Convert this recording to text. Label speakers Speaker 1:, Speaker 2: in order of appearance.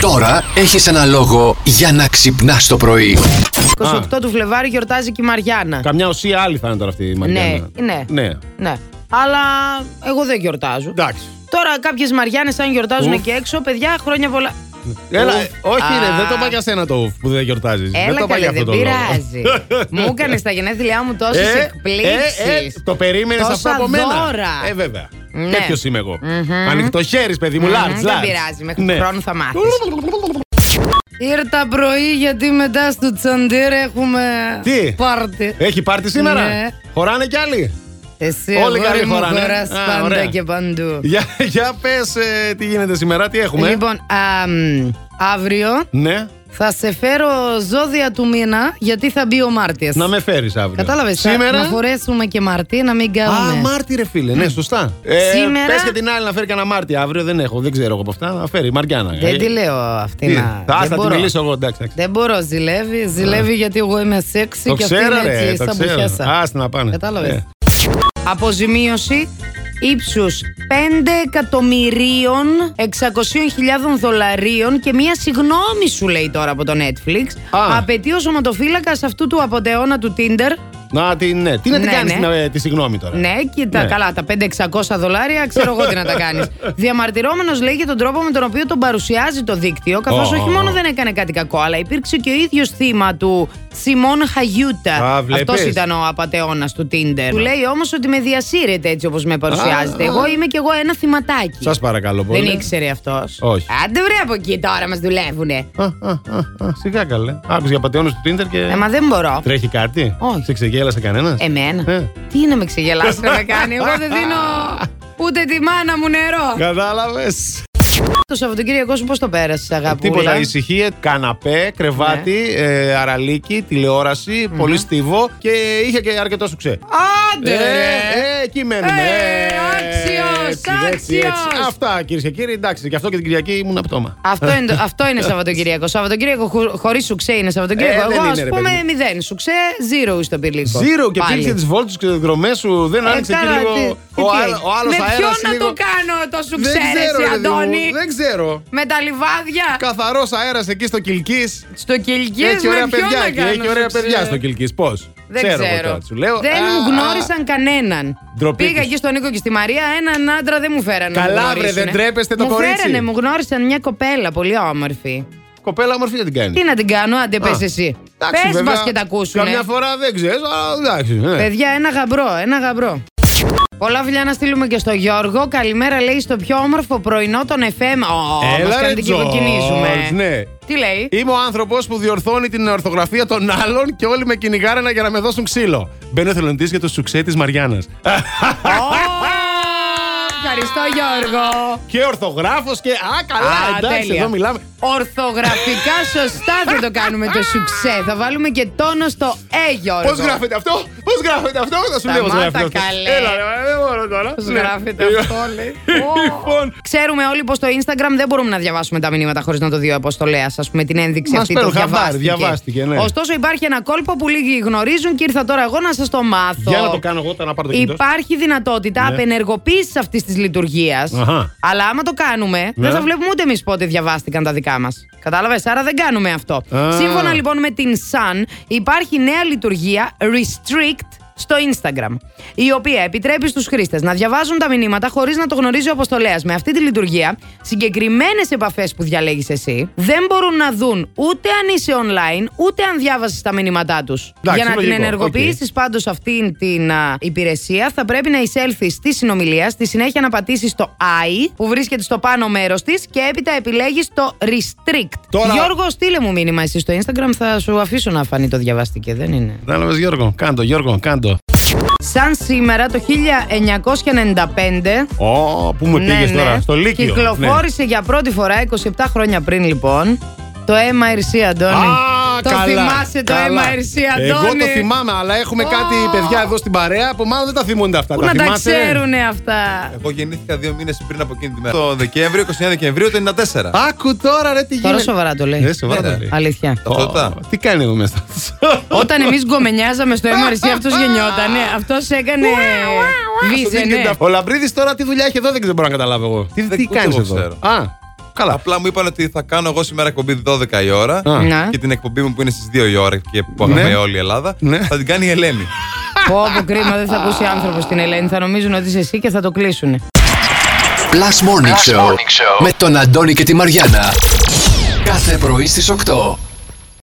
Speaker 1: Τώρα έχεις ένα λόγο για να ξυπνάς το πρωί.
Speaker 2: 28 του Φλεβάρι γιορτάζει και η Μαριάννα.
Speaker 3: Καμιά ουσία άλλη θα ήταν αυτή η Μαριάννα.
Speaker 2: Ναι, ναι.
Speaker 3: ναι.
Speaker 2: Ναι. Αλλά εγώ δεν γιορτάζω.
Speaker 3: Εντάξει.
Speaker 2: Τώρα κάποιες Μαριάννες, αν γιορτάζουν
Speaker 3: Ουφ.
Speaker 2: και έξω, παιδιά, χρόνια πολλά.
Speaker 3: Έλα,
Speaker 2: Ουφ.
Speaker 3: όχι,
Speaker 2: Α.
Speaker 3: ρε, δεν το πάει για σένα το ουφ που δεν γιορτάζεις. δεν
Speaker 2: Έλα
Speaker 3: το πάει
Speaker 2: καλέ,
Speaker 3: για αυτό
Speaker 2: δεν
Speaker 3: το λόγο.
Speaker 2: πειράζει. Μου έκανες στα γενέθλιά μου τόσες
Speaker 3: Ε, ε, ε,
Speaker 2: εκπλήξεις.
Speaker 3: το περίμενες
Speaker 2: Τόσα
Speaker 3: αυτό από μένα.
Speaker 2: δώρα.
Speaker 3: Ε, βέβαια.
Speaker 2: Ναι.
Speaker 3: Τέτοιος είμαι εγώ.
Speaker 2: Μμμ.
Speaker 3: Ανοιχτό χέρι, παιδί μου,
Speaker 2: Μμμ,
Speaker 3: large,
Speaker 2: δεν
Speaker 3: large. Ναι.
Speaker 2: πειράζει, μέχρι του χρόνου θα μάθεις. Ήρθα πρωί γιατί μετά στο τσαντήρ έχουμε
Speaker 3: Τι?
Speaker 2: πάρτι.
Speaker 3: Έχει πάρτι σήμερα.
Speaker 2: Ναι.
Speaker 3: Χωράνε κι άλλοι.
Speaker 2: Εσύ
Speaker 3: Όλοι
Speaker 2: αγόρι
Speaker 3: καλή
Speaker 2: μου
Speaker 3: χώρα, ναι.
Speaker 2: χωράς
Speaker 3: Α,
Speaker 2: πάντα
Speaker 3: ωραία.
Speaker 2: και παντού.
Speaker 3: Για, για πες τι γίνεται σήμερα, τι έχουμε.
Speaker 2: Λοιπόν, αμ, αύριο
Speaker 3: Ναι,
Speaker 2: θα σε φέρω ζώδια του μήνα γιατί θα μπει ο Μάρτιος.
Speaker 3: να με φέρεις αύριο.
Speaker 2: Κατάλαβες, θα-
Speaker 3: Ναι. Σήμερα.
Speaker 2: να φορέσουμε και μαρτί να μην
Speaker 3: Α,
Speaker 2: κάνουμε.
Speaker 3: Μάρτι, ρε φίλε, ναι, σωστά. Ε,
Speaker 2: Σήμερα-
Speaker 3: Πες και την άλλη να φέρει κανένα Μάρτι. Αύριο δεν έχω, δεν ξέρω εγώ από αυτά. Να φέρει η Μαριάννα.
Speaker 2: Δεν
Speaker 3: Ε,
Speaker 2: τη λέω αυτή
Speaker 3: τι,
Speaker 2: να...
Speaker 3: Θα
Speaker 2: δεν
Speaker 3: θα τη
Speaker 2: μπορώ.
Speaker 3: μιλήσω εγώ, εντάξει. εντάξει.
Speaker 2: Δεν μπορώ, ζηλεύει. Ζηλεύει γιατί εγώ είμαι σεξι
Speaker 3: Το
Speaker 2: και αυτή
Speaker 3: ξέρω,
Speaker 2: είναι
Speaker 3: ρε,
Speaker 2: έτσι
Speaker 3: το
Speaker 2: σαν
Speaker 3: ξέρω.
Speaker 2: μπουχιάσα.
Speaker 3: Άστα να πάνε.
Speaker 2: Κατάλαβες.
Speaker 3: Ε,
Speaker 2: Αποζημίωση ύψους 5 εκατομμυρίων 600.000 δολαρίων και μία συγνώμη σου λέει τώρα από το Netflix.
Speaker 3: Α.
Speaker 2: Απαιτεί ο σωματοφύλακας αυτού του αποντεώνα του Tinder.
Speaker 3: Να την, ναι. Τι να την
Speaker 2: Ναι,
Speaker 3: κάνεις
Speaker 2: ναι.
Speaker 3: τη συγγνώμη τώρα.
Speaker 2: Ναι, κοίτα,
Speaker 3: Ναι.
Speaker 2: καλά, τα 5-600 δολάρια ξέρω εγώ τι να τα κάνεις. Διαμαρτυρόμενος λέει για τον τρόπο με τον οποίο τον παρουσιάζει το δίκτυο, καθώς
Speaker 3: Ω.
Speaker 2: όχι μόνο δεν έκανε κάτι κακό, αλλά υπήρξε και ο ίδιος θύμα του Σιμών
Speaker 3: Α,
Speaker 2: Χαγιούτα.
Speaker 3: βλέπεις.
Speaker 2: Αυτός ήταν ο απαταιώνας του Tinder. Του λέει όμως ότι με διασύρεται έτσι όπως με παρουσιάζεται.
Speaker 3: Α,
Speaker 2: Εγώ είμαι κι εγώ ένα θυματάκι.
Speaker 3: Σας παρακαλώ πολύ.
Speaker 2: Δεν ήξερε αυτός.
Speaker 3: Όχι.
Speaker 2: Άντε βρε από εκεί τώρα μας δουλεύουνε.
Speaker 3: Α, α, α, α, σιγά καλέ. Άκουσε για πατεώνε του Tinder και.
Speaker 2: Ε, μα δεν μπορώ.
Speaker 3: Τρέχει κάτι.
Speaker 2: Όχι.
Speaker 3: Σε ξεγέλασε κανένας.
Speaker 2: Εμένα.
Speaker 3: Ε.
Speaker 2: Τι είναι με ξεγελάσει να με κάνει. Εγώ δεν δίνω ούτε τη μάνα μου νερό.
Speaker 3: Κατάλαβες.
Speaker 2: Το Σαββατοκύριακο σου πώς το πέρασες, αγάπη.
Speaker 3: Ε, Τίποτα. Ησυχία, καναπέ, κρεβάτι,
Speaker 2: Ναι.
Speaker 3: ε, αραλίκι, τηλεόραση, πολύ στίβο και είχε και αρκετό σουξέ.
Speaker 2: Άντε!
Speaker 3: Ε,
Speaker 2: ρε.
Speaker 3: ε, εκεί μένουμε.
Speaker 2: Ε,
Speaker 3: Ε,
Speaker 2: άξιος,
Speaker 3: έτσι, έτσι, έτσι.
Speaker 2: άξιος.
Speaker 3: Αυτά κυρίες και κύριοι, εντάξει. Γι' αυτό και την Κυριακή ήμουν απτώμα.
Speaker 2: Αυτό είναι, το- αυτό είναι Σαββατοκύριακο. Σαββατοκύριακο χωρί σουξέ είναι Σαββατοκύριακο.
Speaker 3: Ε, δεν
Speaker 2: Εγώ
Speaker 3: είναι,
Speaker 2: ας
Speaker 3: ρε,
Speaker 2: πούμε
Speaker 3: παιδί μου.
Speaker 2: μηδέν. Σουξέ, zero στο πηλίκο.
Speaker 3: Ζήρο και
Speaker 2: λοιπόν. Πάλι.
Speaker 3: πήγε τις βόλτες και δρομές σου. Δεν
Speaker 2: Ε,
Speaker 3: άνοιξε εκεί
Speaker 2: καλά,
Speaker 3: λίγο.
Speaker 2: τι- τι-
Speaker 3: Ο
Speaker 2: τι
Speaker 3: άλλο
Speaker 2: έχει. Με
Speaker 3: αέρας.
Speaker 2: ποιον να το κάνω το σουξέ, ρε, εσύ, Αντώνη.
Speaker 3: Δεν ξέρω.
Speaker 2: Με τα λιβάδια.
Speaker 3: Καθαρός αέρας εκεί στο Κυλκής.
Speaker 2: Στο κυλκί
Speaker 3: Έχει
Speaker 2: με
Speaker 3: ωραία
Speaker 2: ποιον
Speaker 3: παιδιά
Speaker 2: να
Speaker 3: εκεί.
Speaker 2: κάνω.
Speaker 3: Έχει ωραία
Speaker 2: σουξέ.
Speaker 3: παιδιά στο Κυλκής. Πώς.
Speaker 2: Δεν ξέρω.
Speaker 3: Σου λέω.
Speaker 2: δεν
Speaker 3: α,
Speaker 2: μου
Speaker 3: α,
Speaker 2: γνώρισαν κανέναν.
Speaker 3: Ντροπή
Speaker 2: Πήγα
Speaker 3: τους.
Speaker 2: εκεί στον Νίκο και στη Μαρία, έναν άντρα δεν μου φέρανε. να
Speaker 3: Καλά,
Speaker 2: μου
Speaker 3: βρε, δεν
Speaker 2: γνωρίσουνε.
Speaker 3: τρέπεστε το
Speaker 2: μου
Speaker 3: κορίτσι.
Speaker 2: φέρανε, μου γνώρισαν μια κοπέλα πολύ όμορφη.
Speaker 3: Κοπέλα μορφή δεν την κάνει.
Speaker 2: Τι να την κάνω, άντε πε
Speaker 3: Α,
Speaker 2: εσύ.
Speaker 3: Εντάξει,
Speaker 2: Πες
Speaker 3: βέβαια,
Speaker 2: μας και τα ακούσουν.
Speaker 3: Καμιά φορά δεν ξέρεις, αλλά εντάξει. ναι.
Speaker 2: Παιδιά, ένα γαμπρό, ένα γαμπρό. Πολλά φιλιά να στείλουμε και στο Γιώργο. Καλημέρα, λέει, στο πιο όμορφο πρωινό των FM. Ω,
Speaker 3: Έλα,
Speaker 2: μας
Speaker 3: ρε,
Speaker 2: κάνετε και κοκκινίζουμε.
Speaker 3: Τζορτζ, ναι.
Speaker 2: Τι λέει.
Speaker 3: Είμαι ο άνθρωπος που διορθώνει την ορθογραφία των άλλων και όλοι με κυνηγάρενα για να με δώσουν ξύλο. Μπαίνω εθελοντής για το σουξέ της Μαριάννα.
Speaker 2: Ω, Ευχαριστώ, Γιώργο.
Speaker 3: και ορθογράφος και. Α, καλά,
Speaker 2: Α,
Speaker 3: εντάξει,
Speaker 2: τέλεια.
Speaker 3: εδώ μιλάμε.
Speaker 2: Ορθογραφικά σωστά θα το κάνουμε το σουξέ. Θα βάλουμε και τόνο στο ε, Γιώργο.
Speaker 3: Πώς γράφεται αυτό, πώς γράφεται αυτό, θα σου λέω πώς
Speaker 2: Σταμάτα,
Speaker 3: γράφεται αυτό.
Speaker 2: καλέ.
Speaker 3: Έλα, ρε, δεν μπορώ τώρα.
Speaker 2: Πώς
Speaker 3: Ναι.
Speaker 2: γράφεται αυτό, λέει.
Speaker 3: Λοιπόν,
Speaker 2: Ξέρουμε όλοι πως στο Instagram δεν μπορούμε να διαβάσουμε τα μηνύματα χωρίς να το δει ο αποστολέας. Ας πούμε την ένδειξη
Speaker 3: Μας
Speaker 2: αυτή το
Speaker 3: παίρνουν χαμπάρι,
Speaker 2: διαβάστηκε.
Speaker 3: διαβάστηκε, ναι.
Speaker 2: Ωστόσο υπάρχει ένα κόλπο που λίγοι γνωρίζουν και ήρθα τώρα εγώ να σας το μάθω.
Speaker 3: για να το κάνω εγώ όταν να πάρω το κινητός.
Speaker 2: Υπάρχει δυνατότητα
Speaker 3: Ναι.
Speaker 2: απενεργοποίησης αυτής της λειτουργίας.
Speaker 3: Αχα.
Speaker 2: Αλλά άμα το κάνουμε,
Speaker 3: Ναι.
Speaker 2: δεν θα βλέπουμε ούτε εμείς πότε διαβάστηκαν τα δικά μας. Κατάλαβες, άρα δεν κάνουμε αυτό.
Speaker 3: Α.
Speaker 2: Σύμφωνα λοιπόν με την Sun, υπάρχει νέα λειτουργία Restrict στο Instagram, η οποία επιτρέπει στους χρήστες να διαβάζουν τα μηνύματα χωρίς να το γνωρίζει ο αποστολέας. Με αυτή τη λειτουργία, συγκεκριμένες επαφές που διαλέγεις εσύ δεν μπορούν να δουν ούτε αν είσαι online, ούτε αν διάβασες τα μηνύματά τους.
Speaker 3: Εντάξει,
Speaker 2: Για να
Speaker 3: λογικό,
Speaker 2: την ενεργοποιήσεις,
Speaker 3: οκ.
Speaker 2: Τη πάντως αυτήν την α, υπηρεσία θα πρέπει να εισέλθεις στη συνομιλία, στη συνέχεια να πατήσεις το I που βρίσκεται στο πάνω μέρος της και έπειτα επιλέγεις το Restrict.
Speaker 3: Τώρα-
Speaker 2: Γιώργο, στείλε μου μήνυμα εσύ στο Instagram, θα σου αφήσω να φανεί το διαβαστική, δεν είναι.
Speaker 3: Κατάλαβε, Γιώργο, κάντο, Γιώργο, κάντο.
Speaker 2: Σαν σήμερα το 1995.
Speaker 3: Ω, πού
Speaker 2: ναι,
Speaker 3: με πήγες
Speaker 2: ναι,
Speaker 3: τώρα, στο Λύκειο. Ναι.
Speaker 2: Κυκλοφόρησε για πρώτη φορά 27 χρόνια πριν λοιπόν το MRC Αντώνη.
Speaker 3: Α,
Speaker 2: το
Speaker 3: καλά,
Speaker 2: θυμάσαι το
Speaker 3: καλά.
Speaker 2: MRC Αντώνη.
Speaker 3: Εγώ το θυμάμαι, αλλά έχουμε
Speaker 2: Ω.
Speaker 3: κάτι παιδιά εδώ στην παρέα που μάλλον δεν τα θυμούνται αυτά.
Speaker 2: Πού να τα
Speaker 3: θυμάσαι?
Speaker 2: ξέρουνε αυτά.
Speaker 4: Εγώ γεννήθηκα δύο μήνες πριν από εκείνη τη μέρα. Το Δεκέμβριο, 29 Δεκεμβρίου του 94.
Speaker 3: Άκου τώρα, ρε, τι γίνεται.
Speaker 2: Τώρα σοβαρά το λέει.
Speaker 3: Ε, σοβαρά
Speaker 4: Ναι,
Speaker 3: τα
Speaker 4: ναι.
Speaker 3: λέει.
Speaker 2: Αλήθεια.
Speaker 4: Ταυτότητα.
Speaker 3: Ω, Τι κάνει εδώ μέσα.
Speaker 2: Όταν εμείς γκομενιάζαμε στο MRC, αυτός γεννιότανε. Αυτός έκανε.
Speaker 3: Σου
Speaker 2: Βίζε,
Speaker 3: δείχνει
Speaker 2: ναι.
Speaker 3: τα- Ο Λαμπρίδης τώρα τι δουλειά έχει εδώ δεν ξέρω, μπορώ να καταλάβω εγώ. Τι,
Speaker 4: Δεν-
Speaker 3: τι
Speaker 4: ούτε
Speaker 3: κάνεις
Speaker 4: εγώ
Speaker 3: εδώ.
Speaker 4: ξέρω.
Speaker 3: Α, Καλά.
Speaker 4: Απλά μου είπαν ότι θα κάνω εγώ σήμερα εκπομπή 12 η ώρα.
Speaker 3: Α.
Speaker 2: Ναι.
Speaker 4: Και την εκπομπή μου που είναι στις 2 η ώρα και που
Speaker 3: Ναι.
Speaker 4: αγαπάει όλη η Ελλάδα.
Speaker 3: Ναι.
Speaker 4: Θα την κάνει η Ελένη.
Speaker 2: Πω, πω, κρίμα, δεν θα ακούσει άνθρωπος την Ελένη. Θα νομίζουν ότι είσαι εσύ και θα το κλείσουν.
Speaker 1: Plus Morning, Show, με τον Αντώνη και τη Μαριάνα. Κάθε πρωί στις 8.